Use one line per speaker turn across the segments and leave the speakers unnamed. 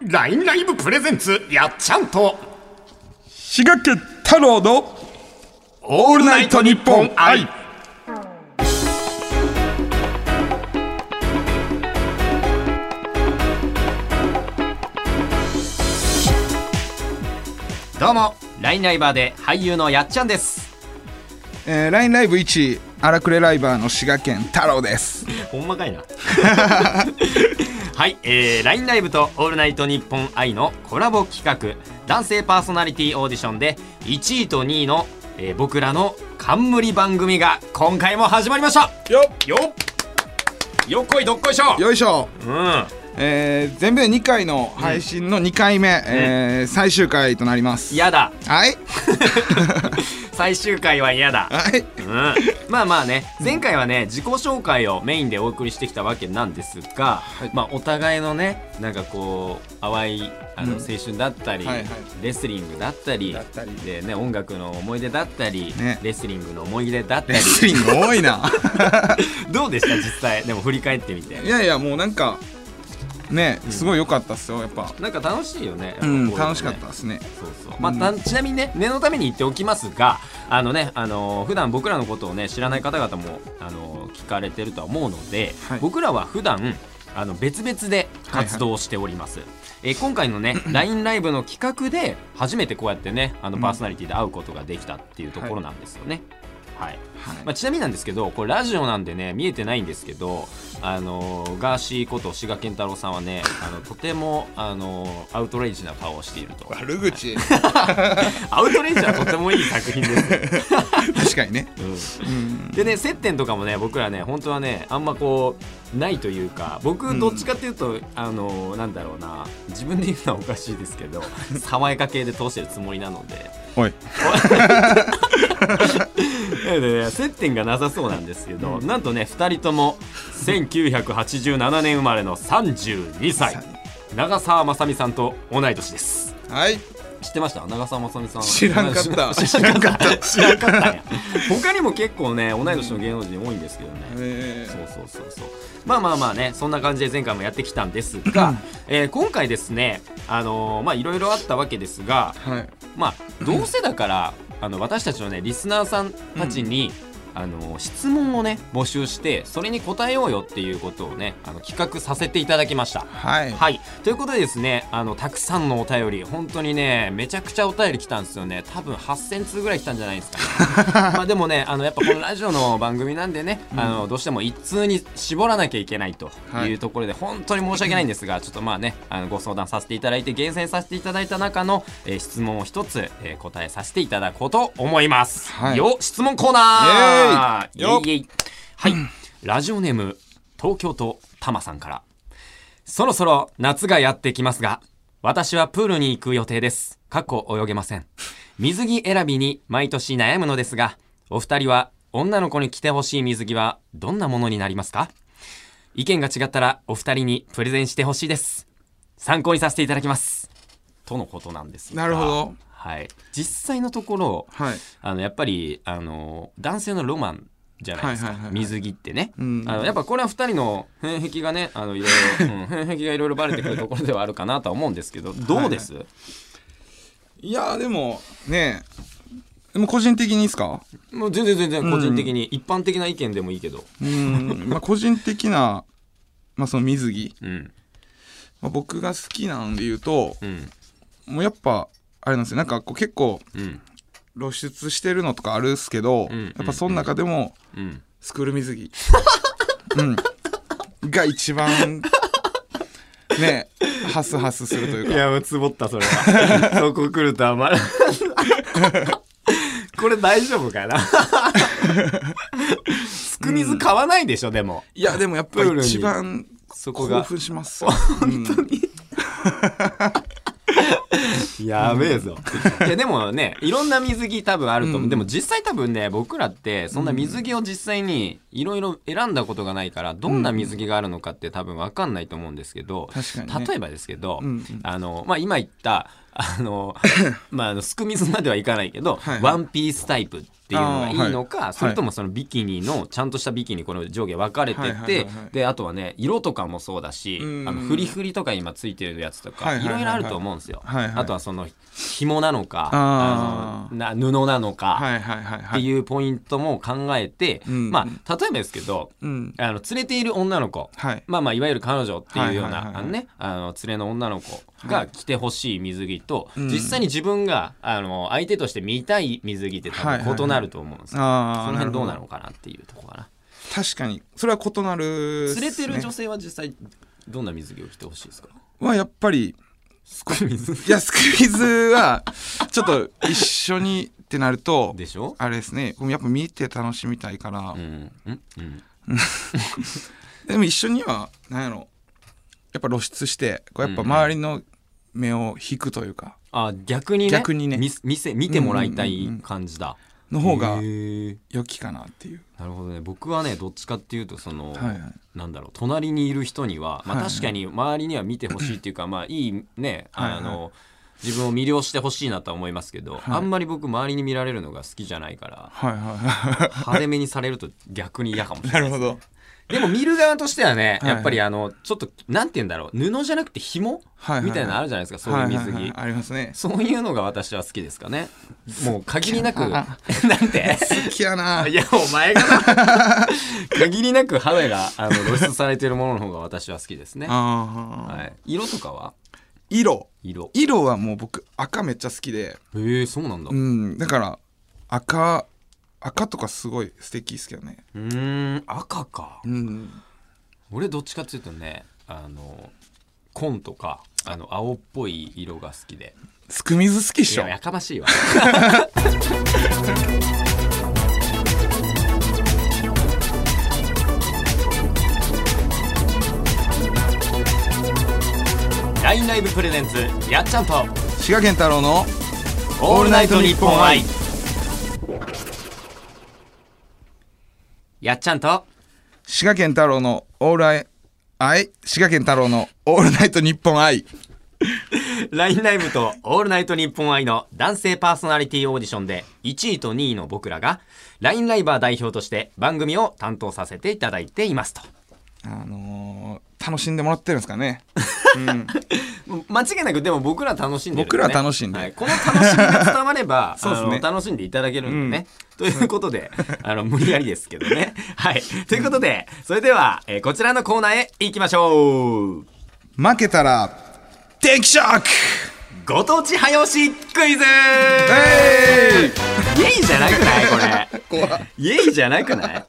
LINE ライブプレゼンツやっちゃんと
滋賀県太郎の
オールナイトニッポン愛
どうもラインライバーで俳優のやっちゃんです
えー、LINE ライブ1位荒くれライバーの滋賀県太郎です
ほんまかいなはい、えー、ラインライブとオールナイトニッポン愛のコラボ企画男性パーソナリティオーディションで1位と2位の、えー僕らの冠番組が今回も始まりました
よ
よっよっこいどっこいしょ
よいしょ
うん
えー、全部で2回の配信の2回目、えー最終回となります
嫌だ
はい
最終回は嫌だ
はい
うん、まあまあね前回はね自己紹介をメインでお送りしてきたわけなんですが、
い
まあお互いのねなんかこう淡いあの
うん
青春だったり、
はいはい
レスリングだったり
だったり
でね音楽の思い出だったり、
ね
レスリングの思い出だった
レ
り
スリング多いな
どうでした実際でも振り返ってみて
いやいやもうなんかねすごい良かったっすよやっぱ
なんか楽しいよね、
うん
やぱこいのね
楽しかったですね
そうそうまあ、たちなみにね念のために言っておきますがあのね、あのー普段僕らのことをね知らない方々も、あのー聞かれてるとは思うので、
はい
僕らは普段あの別々で活動をしております、えー今回の ね LINE ライブの企画で初めてこうやってねあの
うん
パーソナリティで会うことができたっていうところなんですよね、はい
はい
まあ、ちなみになんですけどこれラジオなんでね見えてないんですけど、あのーガーシーこと志賀健太郎さんはねあのとても、あのーアウトレイジな顔をしていると
悪口
アウトレイジはとてもいい作品です、
確かにね
うんでね接点とかもね僕らね本当はねあんまこうないというか僕どっちかっていうと、あのなんだろうな自分で言うのはおかしいですけ ど爽やか系で通してるつもりなので
おい
なので ね接点がなさそうなんですけど、なんとね2人とも1987年生まれの32歳長澤まさみさんと同い年です
はい
知ってました長澤まさみさん
知らんかった
知らんかった知らんかったんや他にも結構ね同い年の芸能人多いんですけどね、
え
そうそうそうそうまあまあまあねそんな感じで前回もやってきたんですが、えー今回ですねあのーまあいろいろあったわけですが
ー、はい
まあどうせだからあの私たちのねリスナーさんたちに、あのー質問をね募集してそれに答えようよっていうことをねあの企画させていただきました
はい
はい、ということでですねあのたくさんのお便り本当にねめちゃくちゃお便り来たんですよね多分8000通ぐらい来たんじゃないですか、 ね、まあでもねあのやっぱこのラジオの番組なんでね、あのどうしても一通に絞らなきゃいけないと
はい
いうところで、本当に申し訳ないんですがちょっとまあねあのご相談させていただいて厳選させていただいた中の、えー質問を一つ、えー答えさせていただこうと思います、
はい
よ質問コーナーイエイイ
イエーイ
エイはい、ラジオネーム東京都たまさんからそろそろ夏がやってきますが、私はプールに行く予定です。かっこ泳げません。水着選びに毎年悩むのですが、お二人は女の子に着てほしい水着はどんなものになりますか意見が違ったらお二人にプレゼンしてほしいです。参考にさせていただきます。とのことなんですが
なるほど。
はい。実際のところ、
はい
あのやっぱりあの男性のロマンじゃないですか、
はいはいはいはい
水着ってね、
ん
あのやっぱこれは2人の変壁がねあのいろいろ、 うん、変壁がいろいろバレてくるところではあるかなとは思うんですけどどうです、
いやーでもねでも個人的にですか
もう全然全然個人的に、一般的な意見でもいいけど、
うーんまあ個人的な、まあ、その水着、
うん
まあ、僕が好きなんで言うと
うん
もうやっぱあれなんですよなんかこう結構
うん
露出してるのとかあるっすけど、
ん
やっぱその中でも
うん、
スクール水 着、うん、が一番ねハスハスするというか
やもうつぼったそれ はそこ来るとあまらこれ大丈夫か なすく水買わないでしょ、でも
いやでもやっ
プ
ぱ
ールに
一番
そこ
興
が
奮し ます
やべえぞ。いやでもね、いろんな水着多分あると思う。
うん
でも実際多分ね、僕らってそんな水着を実際にいろいろ選んだことがないから、どんな水着があるのかって多分わかんないと思うんですけど、
確かにね
例えばですけど、
うんうん
あの、まあ、今言った、あ のまああのすく水まではいかないけど、
はいはい
ワンピースタイプっていうのがいいのか、
あーはい
それともそのビキニのちゃんとしたビキニこの上下分かれてて、
はいはいはいはい
であとはね色とかもそうだし
うん
あのフリフリとか今ついてるやつとか、
はい
い
はいはいはい
ろいろあると思うんですよ、
はいはい
あとはその紐なのか
あー
のな布なのか、
はいはいはい
っ
は
て
い
いうポイントも考えて、
うん
まあ例えばですけど、
うん
あの連れている女の子、
はい
まあまあいわゆる彼女っていうよう
はいはい
な
は
いあのねあの連れの女の子が着てほしい水着と、
うん
実際に自分があの相手として見たい水着って
は
多
いはいは
分異
い
なると思うんですよ、
あ
そ
あ
の辺どうな
るほ
のかなっていうとこかな
確かにそれは異なるっすね
連れてる女性は実際どんな水着を着てほしいですか
はやっぱり
すごい水
いやスクイズは ちょっと一緒にってなると
でしょ
あれですねやっぱ見て楽しみたいから
うんうんうん
でも一緒にはなんやろやっぱ露出してこうやっぱ周りの目を引くというか
あ逆にね
逆にね
見見せ見てもらいたい感じだ、
の方が
へー
良きかなっていう
なるほどね僕はねどっちかっていうとその、
はいはい
なんだろう隣にいる人には、まあ、確かに周りには見てほしいっていうか、まあいいねあの、
はい
自分を魅了してほしいなとは思いますけど、あんまり僕周りに見られるのが好きじゃないから
はいは
派手めにされると逆に嫌かもし
い
れ
な
ない
るほど
でも見る側としてはね
はい
やっぱりあのちょっとなんて言うんだろう布じゃなくて紐、
はいはいはい
みたいなのあるじゃないですかそういう水着、
はははありますね
そういうのが私は好きですかねもう限りな くなん
あ
て
好きやない
や、お前がな。 限りなく肌があの露出されているものの方が私は好きですね。は
あー
い、色とかは
色
色。
色はもう僕赤めっちゃ好きで
えー、そうなんだ。
う
うん
だから赤赤とかすごい素敵ですけどね
ーん、赤か。
うん
俺どっちかっていうとね、あの、紺とか、あの、青っぽい色が好きで。
すくみず好きっ
い
しょ
や、やかましいわ。 ラインライブプレゼンツ、やっちゃんと。
滋賀県太郎の
オールナイトニッポン愛やっちゃんと
滋賀県太郎のオールアイ愛滋賀県太郎のオールナイト日本愛
LINE ライブとオールナイトニッポン愛の男性パーソナリティオーディションで1位と2位の僕らが LINE ライバー代表として番組を担当させていただいていますと
あのー、楽しんでもらってるんですかね
間違いなくでも僕ら楽しんでるよね、
僕ら楽しんでる
はいこの楽しみが伝われば
そうですね
あの楽しんでいただけるんでね、ということ であの無理やりですけどねはいということでそれでは、えーこちらのコーナーへ行きましょう
負けたら電気ショック
ご当地早押しクイズ
え
イエイじゃなくないこれ
怖い
イエイじゃなくない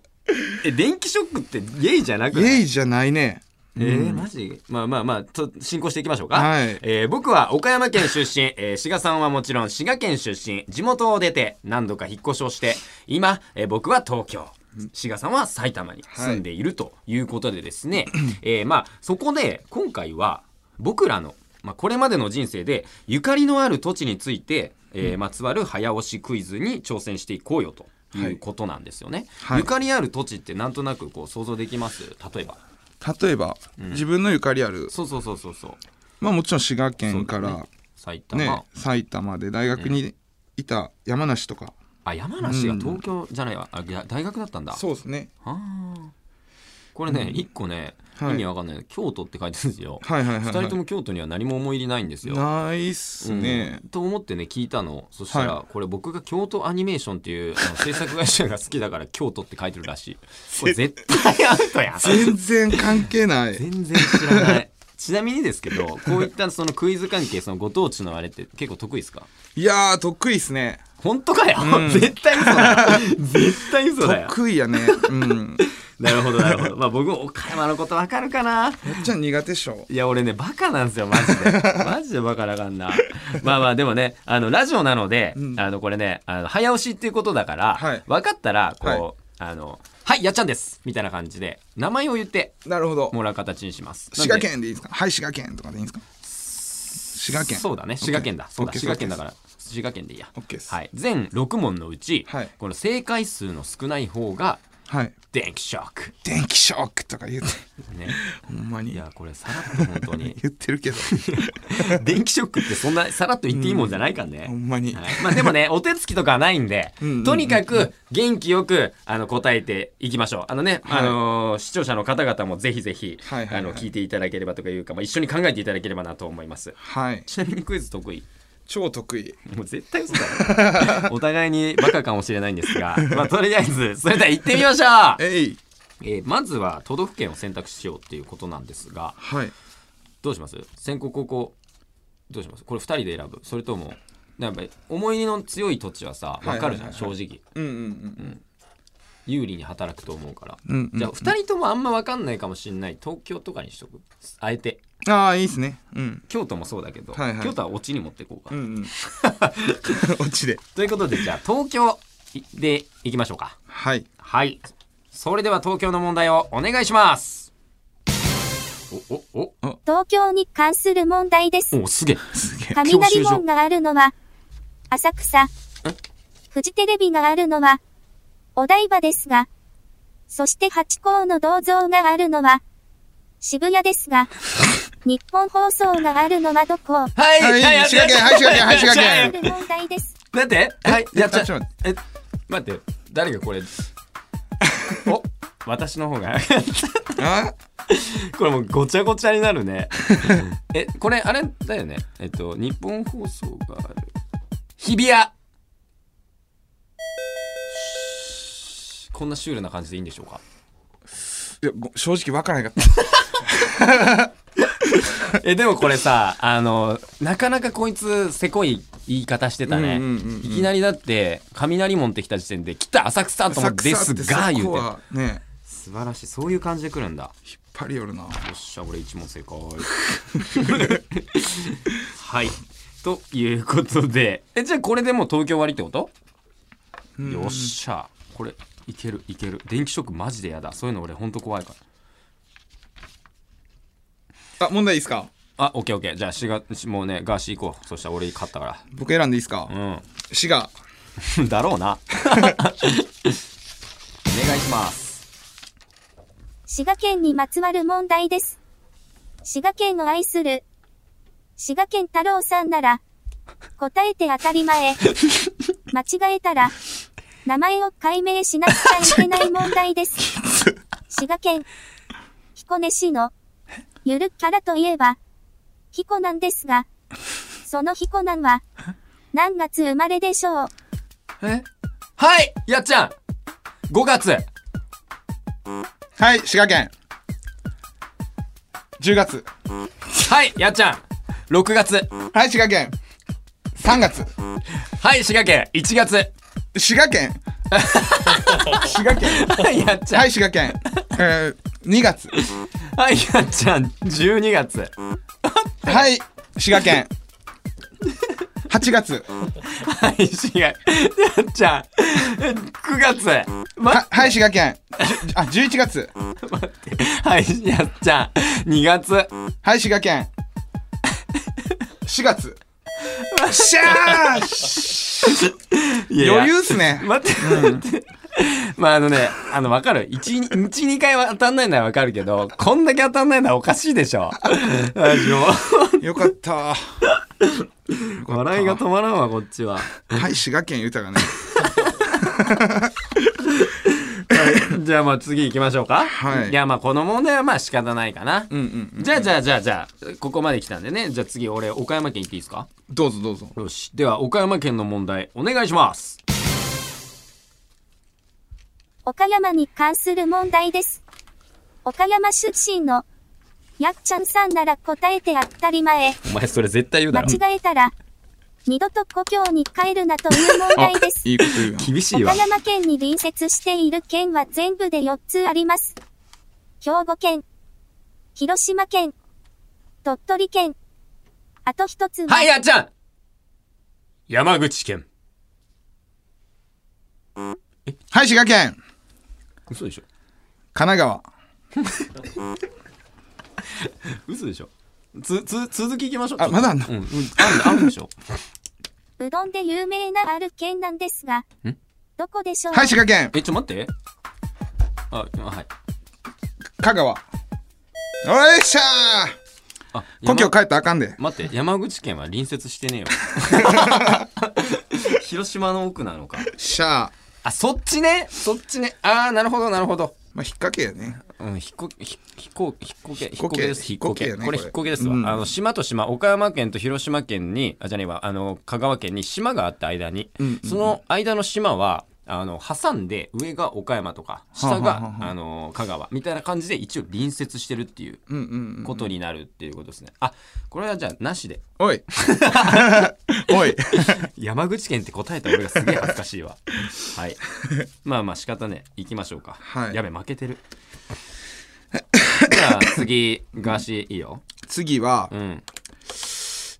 え電気ショックってイエイじゃなく
イ
ない
エイじゃないね
えー、マジまあまあまあ、と進行していきましょうか。
はい
えー僕は岡山県出身、えー、志賀さんはもちろん滋賀県出身、地元を出て何度か引っ越しをして、今、えー僕は東京。志賀さんは埼玉に住んでいるということでですね、えーまあそこで今回は僕らの、まあ、これまでの人生でゆかりのある土地について、えーまつわる早押しクイズに挑戦していこうよということなんですよね、
はい
ゆかりある土地ってなんとなくこう想像できます例えば
例えば、自分のゆかりある
そうそうそうそうそう
まあもちろん滋賀県から
埼玉、
ね埼玉で大学にいた山梨とか、
あ山梨が東京じゃないわ、あいや大学だったんだ
そうですね
あーこれね、一個ね、
は
意
い
味わかんない京都って書いてるんですよ、
はいはいはい、
二
はい、
人とも京都には何も思い入れないんですよ
ないっすね、
うんと思ってね聞いたのそしたら、
は
これ僕が京都アニメーションっていうあの制作会社が好きだから京都って書いてるらしいこれ絶対アウトやん
全然関係ない
全然知らないちなみにですけどこういったそのクイズ関係そのご当地のあれって結構得意ですか
いやー得意っすね
本当かよ、絶対嘘 だよ絶対嘘だよ
得意やねうん
なるほどなるほどまあ僕も岡山のことわかるかな
めっちゃ苦手っしょ
いや俺ねバカなんですよ マジでマジでバカだかんなまあまあでもねあのラジオなので、あのこれねあの早押しっていうことだから、
はい
分かったらこう、
はい
あのはいやっちゃんですみたいな感じで名前を言って
なるほど
もらう形にします
滋賀
なんで
県でいいですかはい滋賀県とかでいいんですか滋賀県
そうだね滋賀県だそうだ
OK
滋賀県だから滋賀県でいいや
OK です
はい、全6問のうち、
はい
この正解数の少ない方が
はい
電気ショック。
電気ショックとか言って
ね、
ほんま
い
に
やこれさらっと本当 に
言ってるけど
電気ショックってそんなさらっと言っていいもんじゃないからね、
ほんまに
はいまあでもねお手つきとかはないんで
うんうんうん
とにかく元気よくあの答えていきましょうあのね、
はい
あのー視聴者の方々もぜひぜひ、
はいはいはい
あの聞いていただければとかいうか、まあ、一緒に考えていただければなと思います
はい
ちなみにクイズ得意
超得意
もう絶対嘘だ ろお互いにバカかもしれないんですが、まあ、とりあえずそれでは行ってみましょう、
えい
えーまずは都道府県を選択しようっていうことなんですが
はい
どうします先攻高校どうしますこれ2人で選ぶそれともやっぱり思い入れの強い土地はさ分かるじゃん、
はいはいはい
正直
うんうん
有利に働くと思うから、
うんうんうん
じゃあ2人ともあんま分かんないかもしんない東京とかにしとくあえて
うんああいいっすねうん
京都もそうだけど、
はいはい
京都はオチに持っていこうか、
うんうん 落ちで
ということでじゃあ東京でいきましょうか
はい
はいそれでは東京の問題をお願いしますおおお
東京に関する問題です。
おすげえ
すげえ
教
雷
習所
門があるのは、浅草。フジテレビがあるのは、お台場ですが、そして八甲の銅像があるのは、渋谷です が、日本放送があるのはどこ
はい
はい
や
滋賀県はい滋賀県はい滋賀県
や
ある問題です。
待って、はい、やっちゃ
ちょっと
え、待って、誰がこ れ。お、私の方が。
あ
これもうごちゃごちゃになる ね。え、これあれだよね。えっと、日本放送がある。日比谷。こんなシュールな感じでいいんでしょうか。
いやご正直わからな かった
え、でもこれさ、あの、なかなかこいつせこい言い方してたね。
うんうんうんうん
いきなりだって、雷門ってきた時点で、来た浅草と思ってですが、
浅草って
言
そうこ
て。
はね
素晴らしいそういう感じで来るんだよ
引っ張り寄るな
っしゃ俺一問正解はいということでえじゃあこれでもう東京終わりってことよっしゃこれいけるいける電気ショックマジでやだそういうの俺ほんと怖いから
あ問題いいですか
あオッケーオッケーじゃあしがもうねガーシー行こうそしたら俺勝ったか
僕選んでいいですから滋賀
うん だろうなお願いします
滋賀県にまつわる問題です。滋賀県を愛する、滋賀県太郎さんなら、答えて当たり前。間違えたら、名前を解明しなくちゃいけない問題です。滋賀県、彦根市の、ゆるキャラといえば、彦なんですが、その彦なんは、何月生まれでしょう
えはいやっちゃん5月
はい滋賀県10月
はいやっちゃん6月
はい滋賀県3月
はい、滋賀県、1月。
滋賀県滋賀県
はい、やっちゃん。
はい滋賀県、えー、2月
はい、やっちゃん、12月。
はい滋賀県8月
はい、滋賀、やっちゃん、9月。
ははい滋賀県じゅあ11月
はい、やっちゃん、2月。
はい滋賀県4月 しゃー
いやいや
余裕っ すね
待って、待って。 まあ、あのね、あの、わかる。1、一2回は当たんないのはわかるけど、こんだけ当たんないのはおかしいでし ょ。マジも
よかった
う 笑いが止まらんわ、こっちは。
はい滋賀県豊かね
じゃあ、まあ、次行きましょうか。
はい
いや、まあ、この問題はまあ仕方ないかな。
うんうん
じゃあじゃあじゃあじゃあここまで来たんでねじゃあ次俺岡山県行っていいですか
どうぞどうぞ
よしでは岡山県の問題お願いします
岡山に関する問題です。岡山出身の、やっちゃんさんなら答えて当たり前。
お前それ絶対言う
間違えたら、二度と故郷に帰るなという問題です。
いいこと言うな
厳しいわ
岡山県に隣接している県は全部で4つあります。兵庫県、広島県、鳥取県、あと一つは、
はいやっちゃん山口県
はい滋賀県
嘘でしょ
神奈川
嘘でしょつつ続きいきましょう
あまだあんの
うん、うん、あんのあんでしょ
うどんで有名なある県なんですが、どこでしょう、
はい滋賀県
えちょ待ってあ、はい。
香川よいしゃ
あ、
ー故郷
山
帰ったらあかんで
待って、山口県は隣接してねえよ。 広島の奥なのか。
しゃー
あ、そっちね。そっちね。あー、なるほど、なるほど。
まあ引っ掛けやね
うん、ひっこ、ひ、ひっこ、ひっこけ、ひっ
こ
こ
け
けです。ひっこけ。
ひっこけやね
これ
こ
ひ
れ
っこけですわ。
うん
あの、島と島、岡山県と広島県に、あ、じゃねえわ、あの、香川県に島があった間に、その間の島は、あの、挟んで、上が岡山とか、下
はあは
が、
あはあ
あの、香川、みたいな感じで、一応隣接してるっていう
うんうんうん
ことになるっていうことですね。あ、これはじゃあ、なしで。
おいおい
山口県って答えた俺がすげえ恥ずかしい わはいまあまあ仕方ねえ行きましょうか、
はい
やべ負け てるじゃあ次ガーシーいいよ
次は
うん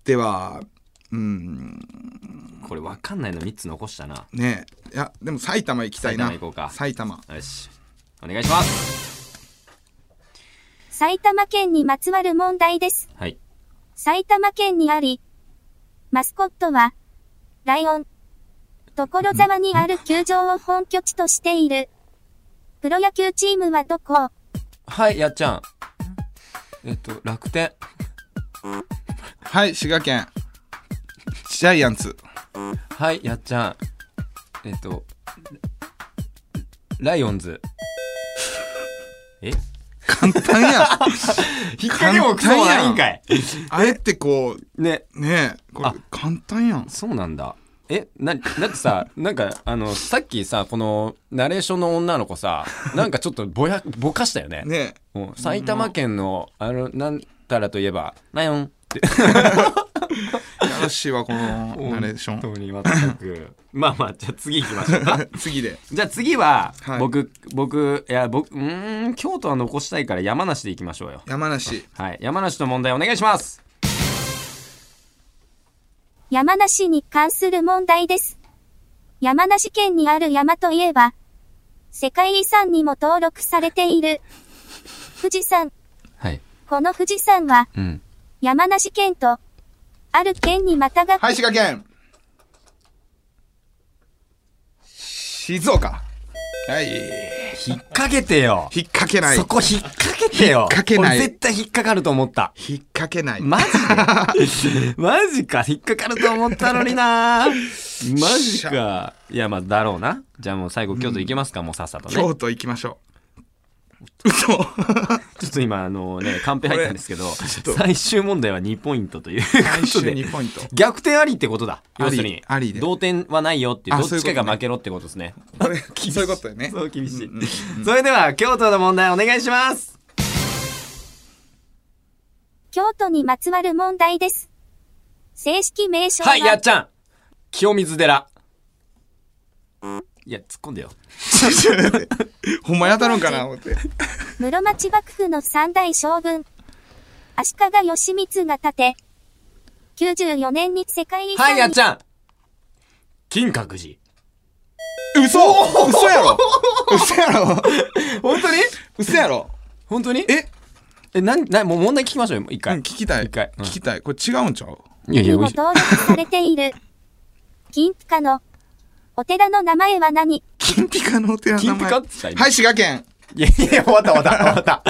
ではうん
これ分かんないの3つ残したな
ねえいやでも埼玉行きたいな
埼玉行こうか
埼玉
よしお願いします
埼玉県にまつわる問題です。
はい
埼玉県にあり、マスコットは、ライオン。所沢にある球場を本拠地としている。プロ野球チームはどこ
はいやっちゃんえっと楽天
はい滋賀県ジャイアンツ
はいやっちゃんえっとライオンズえ
簡単や
引っ
掛けもクソもないんか
い
あえてこ
ね
うねえこれ
あ
簡単やん
そうなんだ。え、な、だってさ、 なんか、あの、さっきさ、この、ナレーションの女の子 さ、なんかちょっとぼや、ぼかしたよね。
ねえ
もう埼玉県の、あの、なんたらといえば、ライオンって。
やらしいわこのナレーション
本当に全く。 まあまあ、じゃあ次行きましょう か。
次で
じゃあ次は、
はい
僕、僕、いや、僕、うーん、京都は残したいから山梨で行きましょうよ。
山梨
はい。山梨の問題お願いします。
山梨に関する問題です。山梨県にある山といえば、世界遺産にも登録されている。富士山。
はい。
この富士山は、
うん。
山梨県と、ある県にまたがっ、
はい滋賀県静岡はい
引っ掛けてよ。
引っ掛けない
そこ引っ掛けてよ。引っ
掛けない
絶対引っ掛かると思った。
引っ掛けない
マジで マジか引っかかると思ったのに なマジかいやまあだろうなじゃあもう最後京都行けますか、もうさっさとねちょ
京都行きましょう嘘
っと今あのねカンペ入ったんですけど
と
最終問題は2ポイントという
最
こと
終
で
2ポイント
逆転ありってことだ
あり
要するに
ありで
同点はないよっていう
あ
どっちかが
そういうことね
負けろってことですね
これそういうことよね
そう厳しい、それでは京都の問題お願いします
京都にまつわる問題です。正式名称は、
はいやっちゃん清水寺いや突っ込んでよ
ほんまに当たるんかな思って
室町幕府の三代将軍、足利義満が建て、94年に世界遺産に、
はいやっちゃん金閣寺
嘘嘘や ろ嘘やろ
本当に
嘘やろ
本当にえ
え
えなんなもう問題聞きましょうよ一
うん
回、
聞きたい
一回うん
聞きたいこれ違うんちゃう
いやい
にも登録されてい る、金ピカの、お寺の名前は何
金ピカのお寺の名前
金ピカって言った今
はい滋賀県
いやいや終わった終わった終わった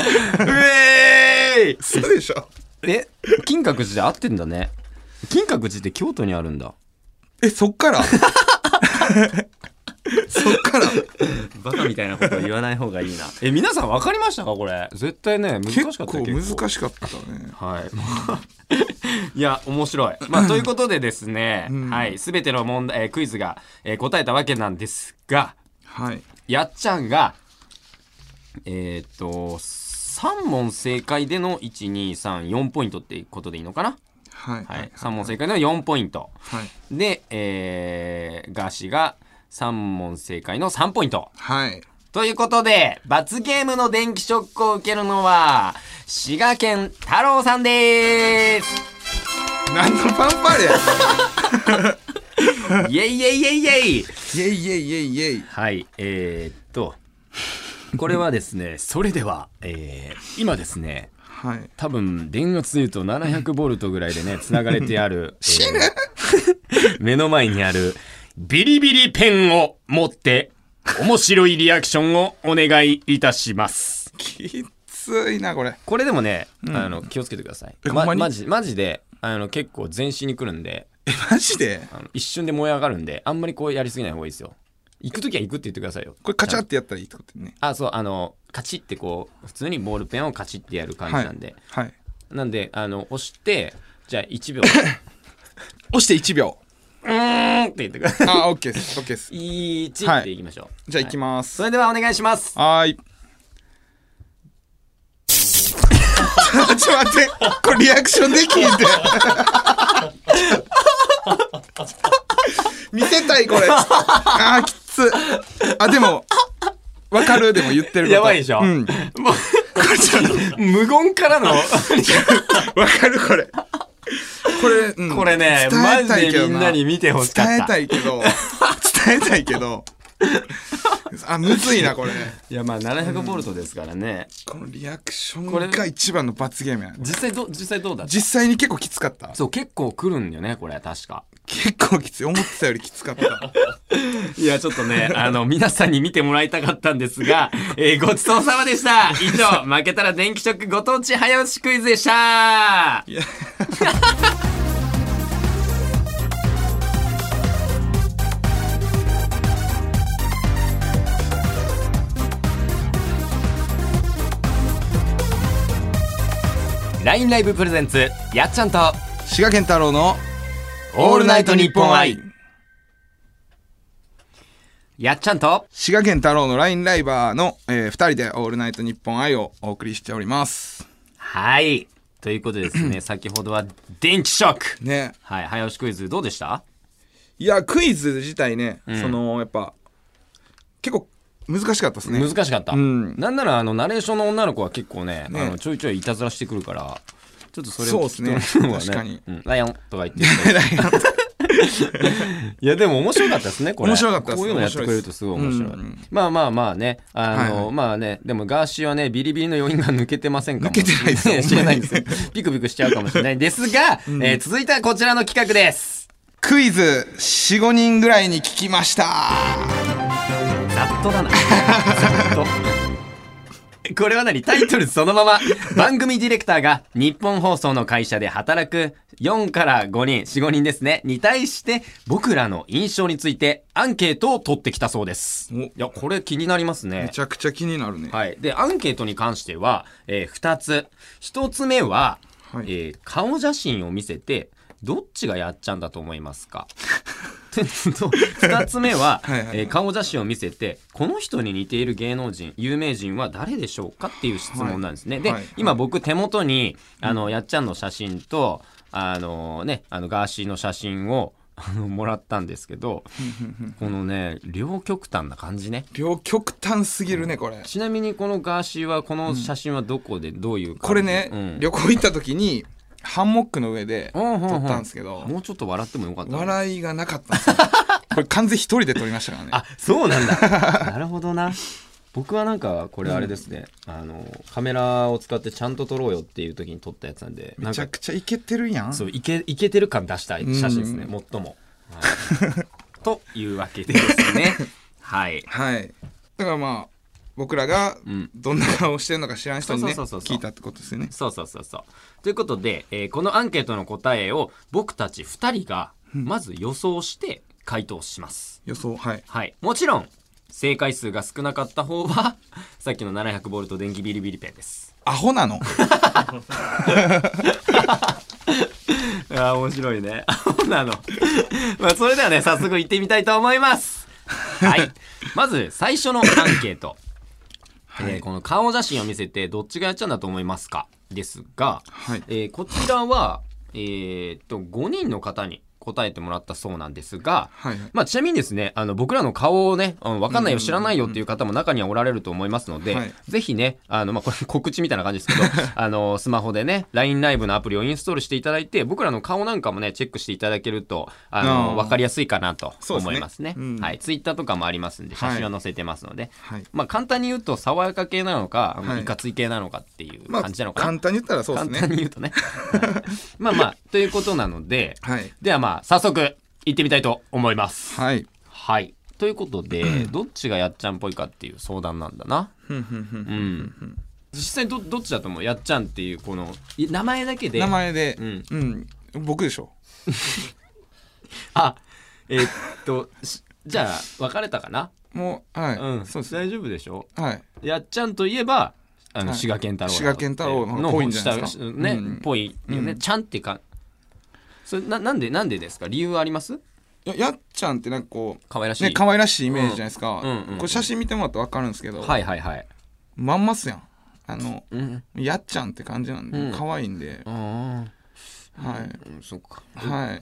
うえー
そうでしょ
いえ金閣寺で合ってんだね金閣寺って京都にあるんだ
え そっからそっから
バカみたいなこと言わない方がいいなえ皆さん分かりましたかこれ絶対ね難しかった
結
よ
構難しかったね
はいもう。い や、面白い。まあ、ということでですね、
ん
はい、すべての問題、えークイズが、えー答えたわけなんですが、
はい
やっちゃんが、えーっと、3問正解での1、2、3、4ポイントってことでいいのかな
はいは
はい
い。
3問正解の4ポイント。
はい
で、えー、ガーシーが3問正解の3ポイント。
はい
ということで、罰ゲームの電気ショックを受けるのは、滋賀県太郎さんです
何のパンパーレや
イェイイェイイェイイェイ
イェイイェイイェイイェイ
はい、えー、っと、これはですね、 それでは、えー、今ですね、
はい
多分電圧で言うと700ボルトぐらいで ね、繋がれてある、死ぬ目の前にあるビリビリペンを持って、面白いリアクションをお願いいたします。
きっついな、これ。
これでもね、あの、気をつけてください。
えほん
ま、
まに
マジ、マジで、あの、結構全身に来るんで、
え、マジで
あの一瞬で燃え上がるんで、あんまりこうやりすぎない方がいいですよ。行くときは行くって言ってくださいよ。
これカチャってやったらいいってことね。
あ、そう、あの、カチってこう、普通にボールペンをカチってやる感じ
はい。
なんで。
はい。
なんで、あの、押して、じゃあ1秒、
押して1秒。
うーんって言ってください。
あ、オッケーです。オッケーです。
1っていきましょう。
じゃあ行きます。
それではお願いします。
はーい。ちょっと待って、これリアクションで聞いて。見せたいこれ。あーきつ。あでもわかるでも言ってること。
やばいでしょ
うん。
もう、 無言から の、
わかるこれ。これ、うん
これね、
伝
マ
え
ジ
たいけ
で
ど
み
なん
なに見てほしか
伝え
ったた。い
いけど伝えたいけどあむずいなこれ
や、まあ700ボルトですからね。
このリアクショ
これ
ンが一番の罰ゲームやな
実際ど、実際どうだった
実際に結構きつかった
そう、結構来るんだよね、これ、確か。
結構きつい思ってたよりきつか った
いや、ちょっとね、あの、皆さんに見てもらいたかったんですが、えーごちそうさまでした。以上、負けたら電気ショックご当地早押しクイズでした。ラインライブプレゼンツ、やっちゃんと、
滋賀健太郎の
オールナイトニッポン愛。やっちゃんと、
滋賀健太郎のラインライバーの、え2人で「オールナイトニッポン愛」をお送りしております
はい。ということでです ね、先ほどは電気ショック。
ね
はい、早押しクイズどうでした
いやクイズ自体ね、そのやっぱ結構難しかったですね
難しかった。
ん
なんなら、あの、ナレーションの女の子は結構ね、
ね
あのちょいちょいいたずらしてくるから、ちょっとそ れ
そう
を
っすね
聞くのは
確かに
うんライオンとか言 ってる いや、でも面白かったですね、これ。
面白かったっす
こういうのやってくれるとすごい面白い。
面白いで
まあまあまあね、あの、
はいはい
まあね、でもガーシーはね、ビリビリの余韻が抜けてませんかも
抜けてないですよ
ね知らない です。ピクピクしちゃうかもしれないんですが、えー続いてはこちらの企画です。
クイズ45人ぐらいに聞きました
ざっとだな。ざっと。これは何タイトルそのまま。番組ディレクターが日本放送の会社で働く4から5人、4、5人ですね。に対して僕らの印象についてアンケートを取ってきたそうです。
お
いや、これ気になりますね
め。ちゃくちゃ気になるね、
はい。で、アンケートに関しては、え2つ。1つ目は、
はい
えー顔写真を見せて、どっちがやっちゃんだと思いますか 2つ目は
はいはいはい
えー顔写真を見せてこの人に似ている芸能人有名人は誰でしょうかっていう質問なんですね、
はい
で、
はいはい
今僕手元にあのやっちゃんの写真とあのねあのガーシーの写真をあのもらったんですけどこのね両極端な感じね
両極端すぎるねこれ
ちなみにこのガーシーはこの写真はどこでどういう感じ
これね、
うん
旅行行った時にハンモックの上で
うんうんうん
撮ったんですけど、
もうちょっと笑ってもよかったな
笑いがなかったんですよこれ 完全一人で撮りましたからね
あそうなん だなるほどな僕はなんかこれあれですね、あのカメラを使ってちゃんと撮ろうよっていう時に撮ったやつなんでな
め
ん
ちゃ
か
くちゃイケてるやん
そういけいけてる感出したい写真ですね、最も、はい というわけでですねはい
はいだからまあ僕らが
ん
どんな顔してるのか知らん人にね
そうそうそうそうそう
聞いたってことですよね
そうそうそうそうということで、えーこのアンケートの答えを僕たち2人がまず予想して回答します、
予想はい
はい。もちろん、正解数が少なかった方は、 さっきの700ボルト電気ビリビリペンです。
ア ホなの
ああ、面白いね。そう なの。まあ、それではね、早速行ってみたいと思い ます。はい。まず、最初のアンケー ト。えーこの顔写真を見せて、どっちがやっちゃうんだと思いますかですが、
はい
えーこちらは、えーっと、5人の方に答えてもらったそうなんですが、
はいはい
まあ、ちなみにですね、あの、僕らの顔をね、うんわかんないよ、知らないよっていう方も中にはおられると思いますので、
はい
ぜひね、あの、まあ、これ 告知みたいな感じですけ ど、あの、スマホでね、LINE ライブのアプリをインストールしていただいて、僕らの顔なんかもね、チェックしていただけると、あ
あー
の、わかりやすいかなと
そうです
思
ね
いますね。
うん
はい。ツイッターとかもありますんで、写真
は
を
い
載せてますので、
はい
まあ、簡単に言うと、爽やか系なのか、
はい
い、かつい系なのかっていう
まあ
感じなのかな。
簡単に言ったらそうですね
簡単に言うとね。 はいまあまあ、ということなので、
はい
ではまあ、早速、行ってみたいと思います。
はい
はい。ということで、どっちがやっちゃんっぽいかっていう相談なんだな。うん。実際どどっちだと思うやっちゃんっていうこのい名前だけで
名前で、
うん
うん、僕でしょ。
あえーっと しじゃあ別れたかな
もう、はい、
うん
そうです。
大丈夫でしょ
はい。
やっちゃんといえばあの、
はい
滋賀健太郎だ
滋賀健太郎の方がぽいんじゃないですか
の下ね、
うん
ぽいよね、ちゃんってかそれななんでなんでですか理由はあります
ややっちゃんってなんかこう、
可愛らしい、
ね、可愛らしいイメージじゃないですか。
うんうんうんうん
これ写真見てもらったら分かるんですけど、
はいはいはい
まんますやん。あの、
うん
やっちゃんって感じなん
うん
で、可愛いんで、
あ
はい。
あそうか
はい。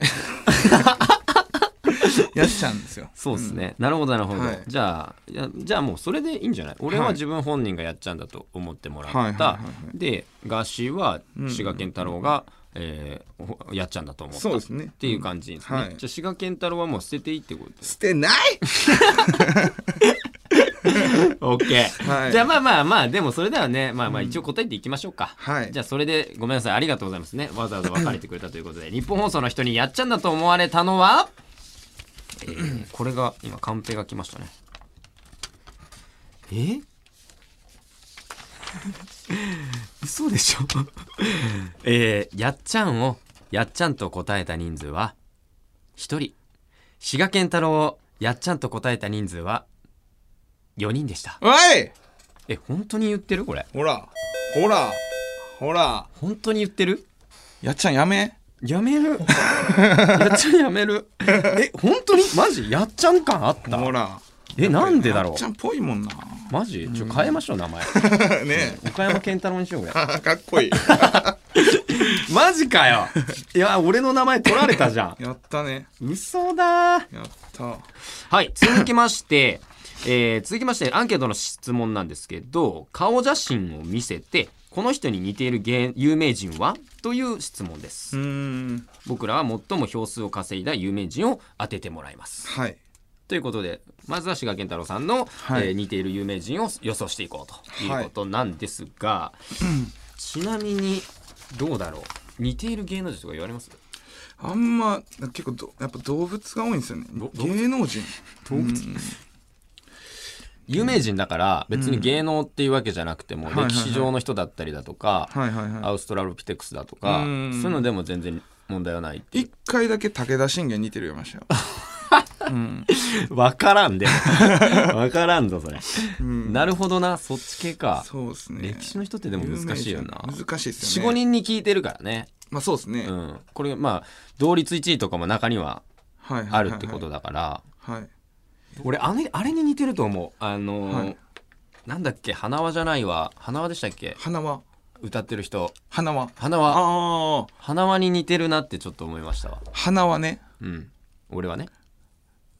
やっちゃうんですよ。
そうですね、なるほどなるほど、
はい
じゃあいやじゃあもうそれでいいんじゃない俺は
はい
自分本人がやっちゃんだと思ってもらった、
はいはいはいは
でガーシーは滋賀健太郎が、えーおやっちゃんだと思った
そうですね
っていう感じですね、
うんはい
じゃあ滋賀健太郎はもう捨てていいってこと
捨てない
オッケ
は
ー。
い
じゃあまあまあまあ、でもそれではね、まあまあ一応答えていきましょうか。
はい
じゃあそれでごめんなさい、ありがとうございますね。わざわざ別れてくれたということ で、日本放送の人にやっちゃんだと思われたのは、えーこれが、今カンペが来ましたね。え ー嘘でしょ えー、やっちゃんを、やっちゃんと答えた人数は、1人。滋賀健太郎を、やっちゃんと答えた人数は、4人でした。
おい
え本当に言ってるこれ
ほら、ほら、ほら。
本当に言ってる
やっちゃんやめ。
やめる やっちゃんやめるえ本当にマジやっちゃん感あった
ほら。
えなんでだ
や
ろ
っちゃ
うん
っぽいもんな。
マジちょ変えましょう名前
ね
岡山健太郎にしようや
え。 かっこいい。
マジかよいや俺の名前取られたじゃん
やったね。
嘘だー
やった。
はい続きましてえー続きましてアンケートの質問なんですけど顔写真を見せてこの人に似ている芸有名人はという質問です
うーん。
僕らは最も票数を稼いだ有名人を当ててもらいます。
はい。
ということでまずは志賀健太郎さんの、
はい
えー似ている有名人を予想していこうということなんですが、 ちなみにどうだろう似ている芸能人とか言われます
あんま、結構ど、やっぱ動物が多いんですよね。芸能人。
動物有名人だから別に芸能っていうわけじゃなくても、
はいはいはい
歴史上の人だったりだとか、
はいはい
ア
は
ウストラロピテクスだとか、
うん
そういうのでも全然問題はないって
い。
いう
一回だけ武田信玄似てるよ、ましたよ。
わからんで もわからんぞそれ、なるほどなそっち系か
そうですね。
歴史の人ってでも難しいよな
有名人難しいですよね。
45人に聞いてるからね、
まあそうですね。
う
はい
ん、これまあ同率1位とかも中には
はいはいはい
あるってことだから、
はい。
俺あれあれに似てると思うあのー
はい
なんだっけ花輪じゃないわ花輪でしたっけ
花輪。
歌ってる人
花輪。
花輪
ああ。
花輪に似てるなってちょっと思いましたわ
花輪ね。
うん俺はね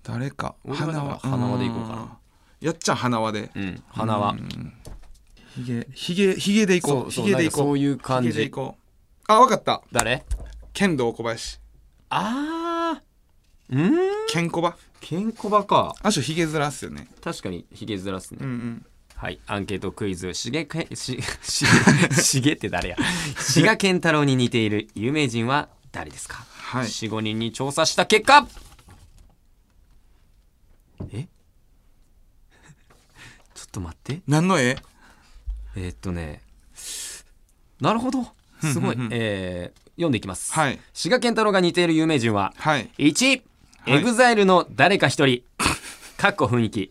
誰か。
俺はだから花輪でいこうかな。
やっちゃん花輪で。
うん花輪
ひげ、ひげ、ひげでいこ
そう
う。
そ
ひ
う
げで
なん
いこう。
かそういう感じ
ひげでいこう。あ、わかった。
誰
剣道小林。
あーうーん
剣小ば。
ケンコバか
あしょひげずらっすよね。
確かにヒゲずらっすね、
うんうん。
はいアンケートクイズしげけし ししげって誰や志賀健太郎に似ている有名人は誰ですか、
はい
45人に調査した結果え ちょっと待って
何の絵
えーっとねなるほどすごいえー、読んでいきます、
はい
志賀健太郎が似ている有名人は
はい。
1
はい
エグザイルの誰か一人かっこ雰囲気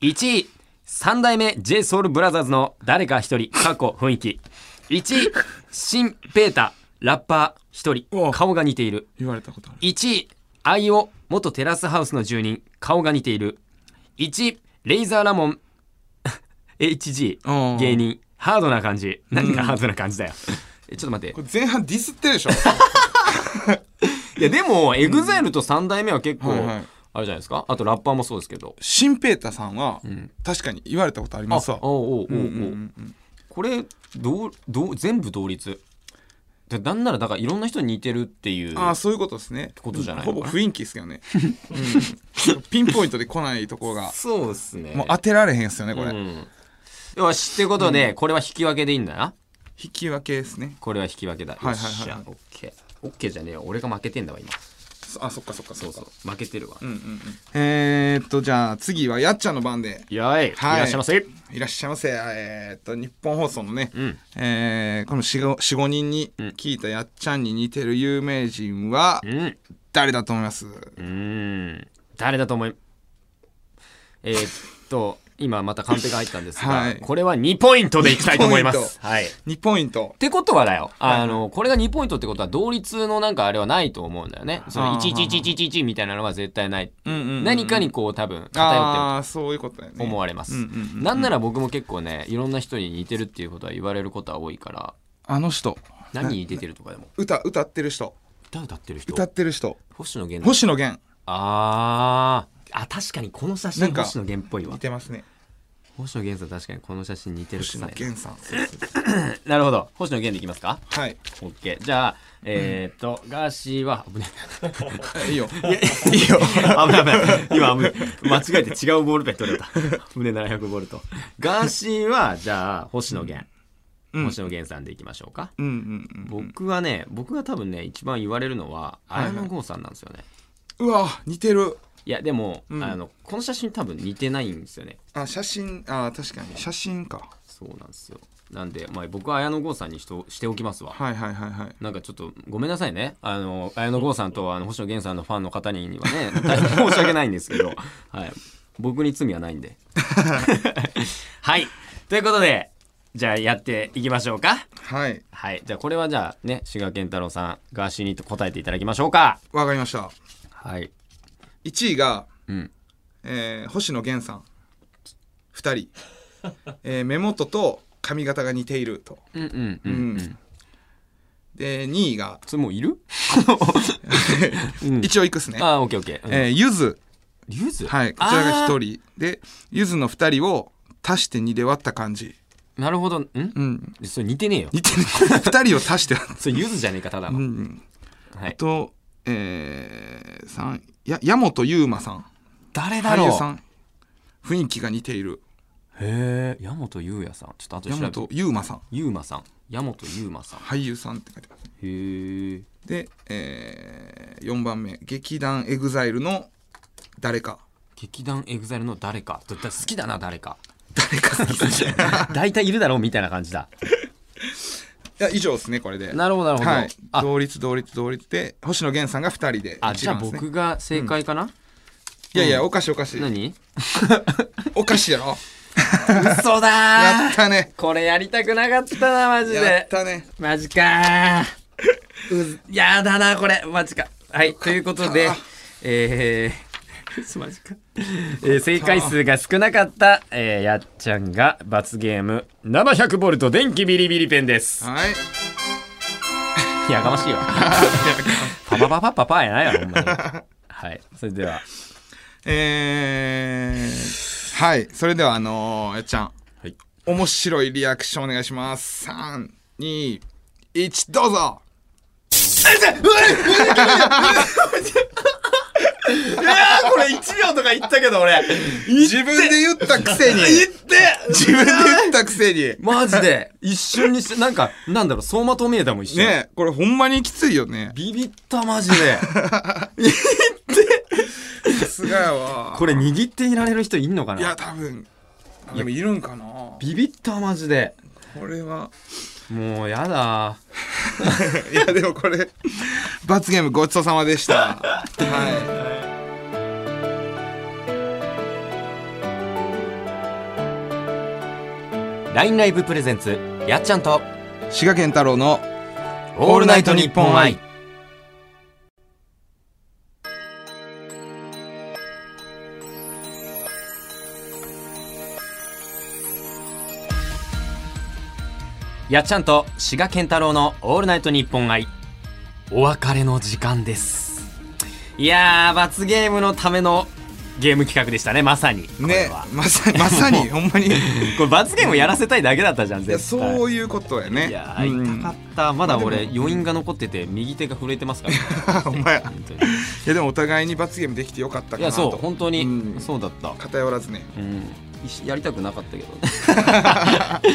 1位三代目 j ソ o ルブラザーズの誰か一人かっこ雰囲気1位新ペータラッパー一
う
人
わ
顔が似ている
言われたことある。
1位アイオ元テラスハウスの住人顔が似ている1レイザーラモン HG
ー
芸人ハードな感じ何がハードな感じだよえちょっと待って
これ前半ディスってるで しょ
いやでもエグザイルと三代目は結構あ
は
れ
い
じ
は
ゃ
い
ないですかあとラッパーもそうですけど
シンペータさんは、確かに言われたことありますわ。
おうおうおうおうこれどうどう全部同率でなんならだからいろんな人に似てるっていう
ああそういうことですね。
ことじゃないの
ほ
かな
ぼ雰囲気ですけど ね、うんピンポイントで来ないところが
そうですね
もう当てられへんっすよねこれ、
うんよしってことで、これは引き分けでいいんだな
引き分けですね
これは引き分けだ
はいはい
よっし
はい
ゃオッケーオッケーじゃねえよ俺が負けてんだわ今
そあそっかそっかそうそう
負けてるわ。
えー、っとじゃあ次はやっちゃんの番で
やい。い
はい
らっしゃいませ。
いらっしゃいませえー、っと日本放送のね、
ん
えーこの45人に聞いたやっちゃんに似てる有名人は
うん。
誰だと思います、
うーん。誰だと思い、えーっと、今またカンペが入ったんですが、
はい
これは2ポイントでいきたいと思いま
2ポイン
す。はい。っ
2ポイント
てことはだよ、あの、これが2ポイントってことは同率のなんかあれはないと思うんだよね。その
あー
111111みたいなのは絶対ない。
うんうんうんうん
何かにこう多分偏ってる
ああーそういうことだよね
と思われます
うんうんうんう。ん
なんなら僕も結構ね、いろんな人に似てるっていうことは言われることは多いから、
あの人
何に似てるとかでも。
歌歌ってる人
歌歌ってる人
歌ってる人
星野源
星野源
あーあ確かにこの写
な
真
んか
星野源っぽいわ
似てますね
星野源さん確かにこの写真似てるく
星野
さい
源さん
なるほど星野源でいきますか
はい
オッケーじゃあえー、っとガーシーは危ね
いいよ
えいいよ 危ない危ない今危ない間違えて違うボールペン取れた 胸700ボルトガーシーはじゃあ星野源、
うん
星野源さんでいきましょうか、
うんうん
僕はね僕が多分ね一番言われるのは
いはい
綾野剛さんなんですよね、
うんうわ似てる
いやでも、
ん
あのこの写真多分似てないんですよね
あ写真あ確かに写真か
そうなんですよなんで、まあ、僕は綾野剛さんにしとしておきますわ、
はいはいはいはい
なんかちょっとごめんなさいねあの綾野剛さんとあの星野源さんのファンの方にはね大変申し訳ないんですけ ど、はい、僕に罪はないんで はいということでじゃあやっていきましょうか
はい
はいじゃあこれはじゃあね志賀健太郎さんガーシーにと答えていただきましょうか
わかりました
はい
1位が、
うん
えー星野源さん2人、 えー目元と髪型が似ていると
うんうんうん、うん、
で2位が、
それもういる
一応いくっすね
ああオッケーオッケー、うん
えーゆず、
リュウズ
はい、こちらが
あー
1人でゆずの2人を足して2で割った感じ
なるほどん、
うん
それ似てねえよ
似てる2人を足して
それゆずじゃねえかただの、
うん
はい、
とえー、3や矢本悠馬さん
誰だ
俳
ろ
優さ
うん
雰囲気が似ている
へえ矢本優也さんちょっと後で
矢
調べて
本悠馬さん
優馬さん矢本優馬さん
俳優さんって書いてます
へえ
で、え4番目劇団エグザイルの誰か
劇団エグザイルの誰かだだ好きだな誰 か
誰か
大体いるだろうみたいな感じだ
いや以上ですねこれで
なるほどなるほど、
はい
あ
同率同率同率で星野源さんが2人で
あ
一
じゃあ
番ですね
僕が正解かな、
いやいやおかしいおかしい
何
おかしいやろ
嘘
や
だ
っ
ー
たね
これやりたくなかったなマジ
やっ
で
たね
マジかーうずやだなこれマジかはいということでえー マジか、えー正解数が少なかった、えーやっちゃんが罰ゲーム700ボルト電気ビリビリペンです
はい
やがましいわ パパパパパパやないよほんまにはいそれでは
えー、はいそれではあのー、やっちゃん
はい
面白いリアクションお願いします321どうぞ
これ1秒とか言ったけど俺
自分で言ったく せに自分で言ったくせに
マジで一瞬にしてなんかなんだろう相馬と見えたもん一緒
ねえこれほんまにきついよね
ビビったマジで
さすがやわ
これ握っていられる人いんのか
いや
な
多分あでもいるんかなこ
ビビったマジで
れは
もうやだ
いやでもこれ罰ゲームごちそうさまでしたはい
「LINE ライブプレゼンツやっちゃんと
滋賀県太郎の
オ
オ
ー
ー
ル
ル
ナ
ナ
イ
イ
ト
ト
ニ
ニ
ッ
ッ
ポ
ポ
ン
ン
ア
ア
イ
イ」
やっちゃんと志賀健太郎の「オールナイトニッポン愛」お別れの時間ですいやー罰ゲームのためのゲーム企画でしたねまさにこれ
ね
は、
まさにま さにほんまにい
これ罰ゲームやらせたいだけだったじゃん
や
絶対
そういうことやね
いやー痛かったまだ俺余韻が残ってて右手が震えてますからね
うん、ほん まや
本当に
いやでもお互いに罰ゲームできてよかったか
い
な
や
と
そう本当に
うん
そうだった
偏らずね
うん やりたくなかったけど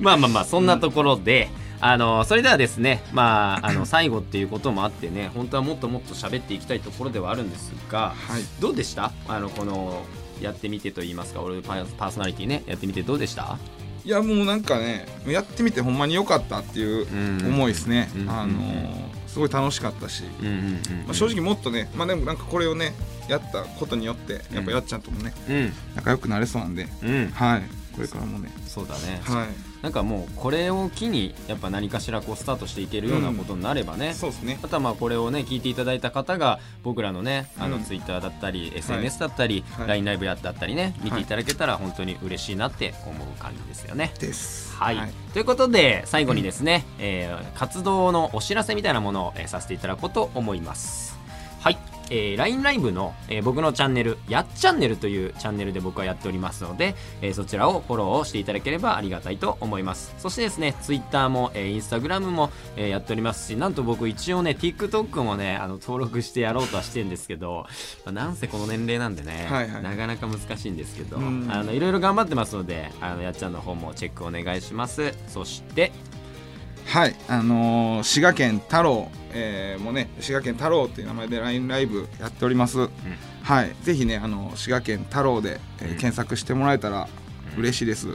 まあまあまあそんなところで、あのそれではですねまああ の最後っていうこともあってね本当はもっともっと喋っていきたいところではあるんですが、
はい
どうでしたあのこのやってみてと言いますか俺パパーソナリティねやってみてどうでした
いやもうなんかねやってみてほんまに良かったっていう
うん
思いですね、
うん
あのーすごい楽しかったし、
うんうんうん、
まあ、正直もっとねまあでもなんかこれをねやったことによってやっぱやっちゃんともね
うん
仲良くなれそうなんで
うん
はいこれからもね
そうだね、
はい
なんかもうこれを機にやっぱ何かしらこうスタートしていけるようなことになればね、
そうですね
あとはまあこれをね聞いていただいた方が僕らのねあの
うん
ツイッターだったり、SNS だったり、
はい
LINE ライブやだったりね見
は
て
い
いただけたら本当に嬉しいなって思う感じですよね。
です
はい、ということで最後にですね、えー活動のお知らせみたいなものを、えーさせていただこうと思います。はい、えー、LINE ライブの、えー僕のチャンネルやっチャンネルというチャンネルで僕はやっておりますので、えーそちらをフォローをしていただければありがたいと思いますそしてですね Twitter も、えー、Instagram も、えーやっておりますしなんと僕一応ね TikTok もねあの登録してやろうとはしてるんですけど、まあなんせこの年齢なんでね、
はいはい
なかなか難しいんですけど
うん
あのいろいろ頑張ってますのであのやっちゃんの方もチェックお願いしますそして
はい、あのー滋賀県太郎、えーもうね滋賀県太郎という名前で LINE ライブやっております、はいぜひねあの滋賀県太郎で、えー
うん
検索してもらえたら嬉しいです、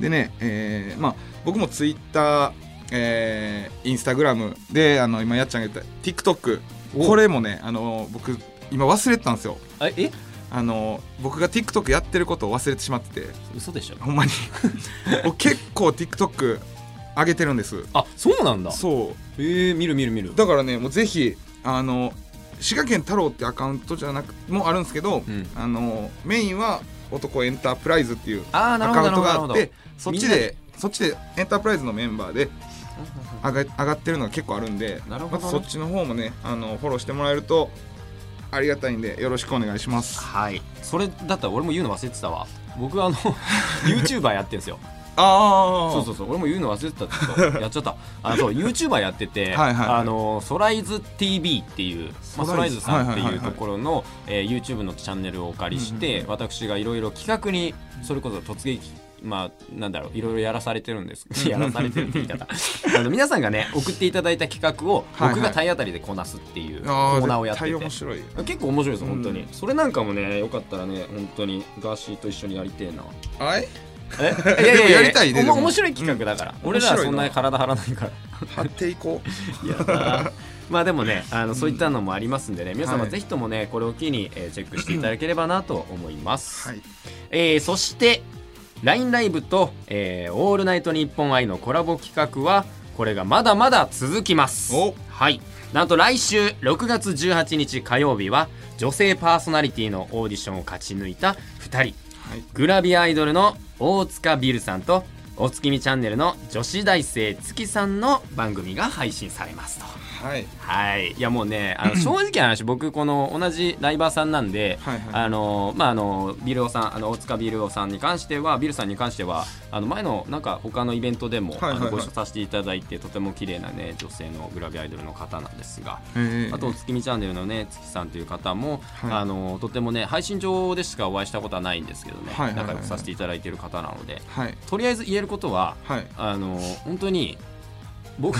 でね、えーまあ僕も Twitter えーインスタグラムであの今やっちゃんが言った TikTok
お
これもねあのー僕今忘れてたんですよ
あえ
あのー僕が TikTok やってることを忘れてしまってて
嘘でしょ
ほ んまに僕結構 TikTok 上げてるんです
あそうなんだ
そう
えー、見る見る見る
だからねもうぜひあの滋賀県太郎ってアカウントじゃなくもあるんですけど、
ん
あのメインは男エンタープライズっていう
あー
ア
なるほ
カウ
ど
ント
な
が
るほ
あっ
ど
てそっち
みんな
でそっちでエンタープライズのメンバーで上が上がってるのが結構あるんで
なるほどね
まずそっちの方もねあのフォローしてもらえるとありがたいんでよろしくお願いします
はいそれだったら俺も言うの忘れてたわ僕 あの YouTuber やってるんですよ
あ
そうそうそう俺も言うの忘れてたちょっとやっちゃ ったあそう YouTuber やってて
はいはいはい
あのソライズ TV っていう、まあ、ソ
ソ
ラ
ラ
イ
イ
ズ
ズ
さんって
はい
い
は
う
いはい
ところの、えー YouTube のチャンネルをお借りして、私がいろいろ企画にそれこそ突撃まあなんだろういろいろやらされてるんですやらされてるって言い方あの皆さんがね送っていただいた企画を
はいはい
僕が体当たりでこなすっていうコ
あ
ーナーをやってて、
絶対面白い
結構面白いです本当に、
うん
それなんかもねよかったらね本当にガーシーと一緒にやりてえな
はい
え
やいやいややりたいね
お
で
も
も
面白い企画だから、
うん
俺らはそんな
面白いな
体張らないから
貼っていこ う
やだまあでもねあのそういったのもありますんでね、皆様
はい
ぜひともねこれを機に、えーチェックしていただければなと思います、
はい
えーそして LINE ライブと、えーオールナイトニッポン愛」のコラボ企画はこれがまだまだ続きます
お
はいなんと来週6月18日火曜日は女性パーソナリティのオーディションを勝ち抜いた2人
はい
グラビアアイドルの大塚ビルさんとお月見チャンネルの女子大生月さんの番組が配信されますと
はい
はいいやもうね あの正直な話僕この同じライバーさんなんで、
はいはい
あのまああのビルオさんあの大塚ビルオさんに関してはビルさんに関してはあの前のなんか他のイベントでも、
はいはいはい
あのご一緒させていただいてとても綺麗なね女性のグラビアアイドルの方なんですが、
えー
あと月見チャンネルのね月さんという方も、
はい
あのとてもね配信上でしかお会いしたことはないんですけどね、
はいはいはいはい
仲良くさせていただいている方なので
はい
とりあえず言えることは
はい
あの本当に僕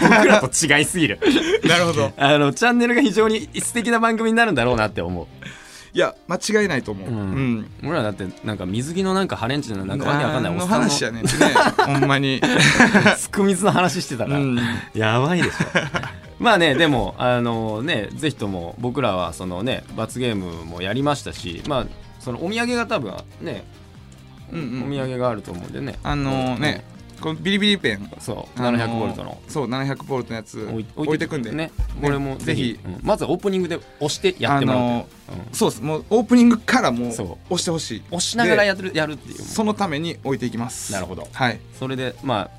僕らと違いすぎる
なるほど
あのチャンネルが非常に素敵な番組になるんだろうなって思う
いや間違いないと思う、
う
うんん
俺らだってなんか水着のなんかハレンチのなんかわけわかんない
何
お
の
っさんの
話やねんってねほんま に、
すく水の話してた
う
ら、
ん、
やばいでしょ まあねでもあのねぜひとも僕らはそのね罰ゲームもやりましたしまあそのお土産が多分ね、
うんうん
お土産があると思うんでね
あのねこのビリビリペン
そう
あの
700ボルトの
そう700ボルトのやつ
置
置
い
いてくんで、
ねこれもぜひ
ぜ、
うんまずオープニングで押してやってもらうという、うん
そうですもうオープニングからもう
そ
押
う
してほしい
押しながら
で
やってるやるっていう
そのために置いていきます
なるほど
はい
それでまあ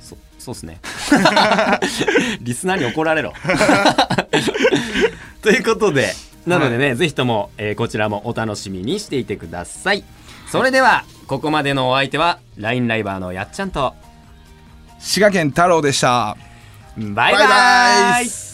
そそうっすね リスナーに怒られろ ということでなのでね、ぜひとも、えーこちらもお楽しみにしていてくださいそれではここまでのお相手は LINE ライバーのやっちゃんと
滋賀県太郎でした
バイバイ
バイバイ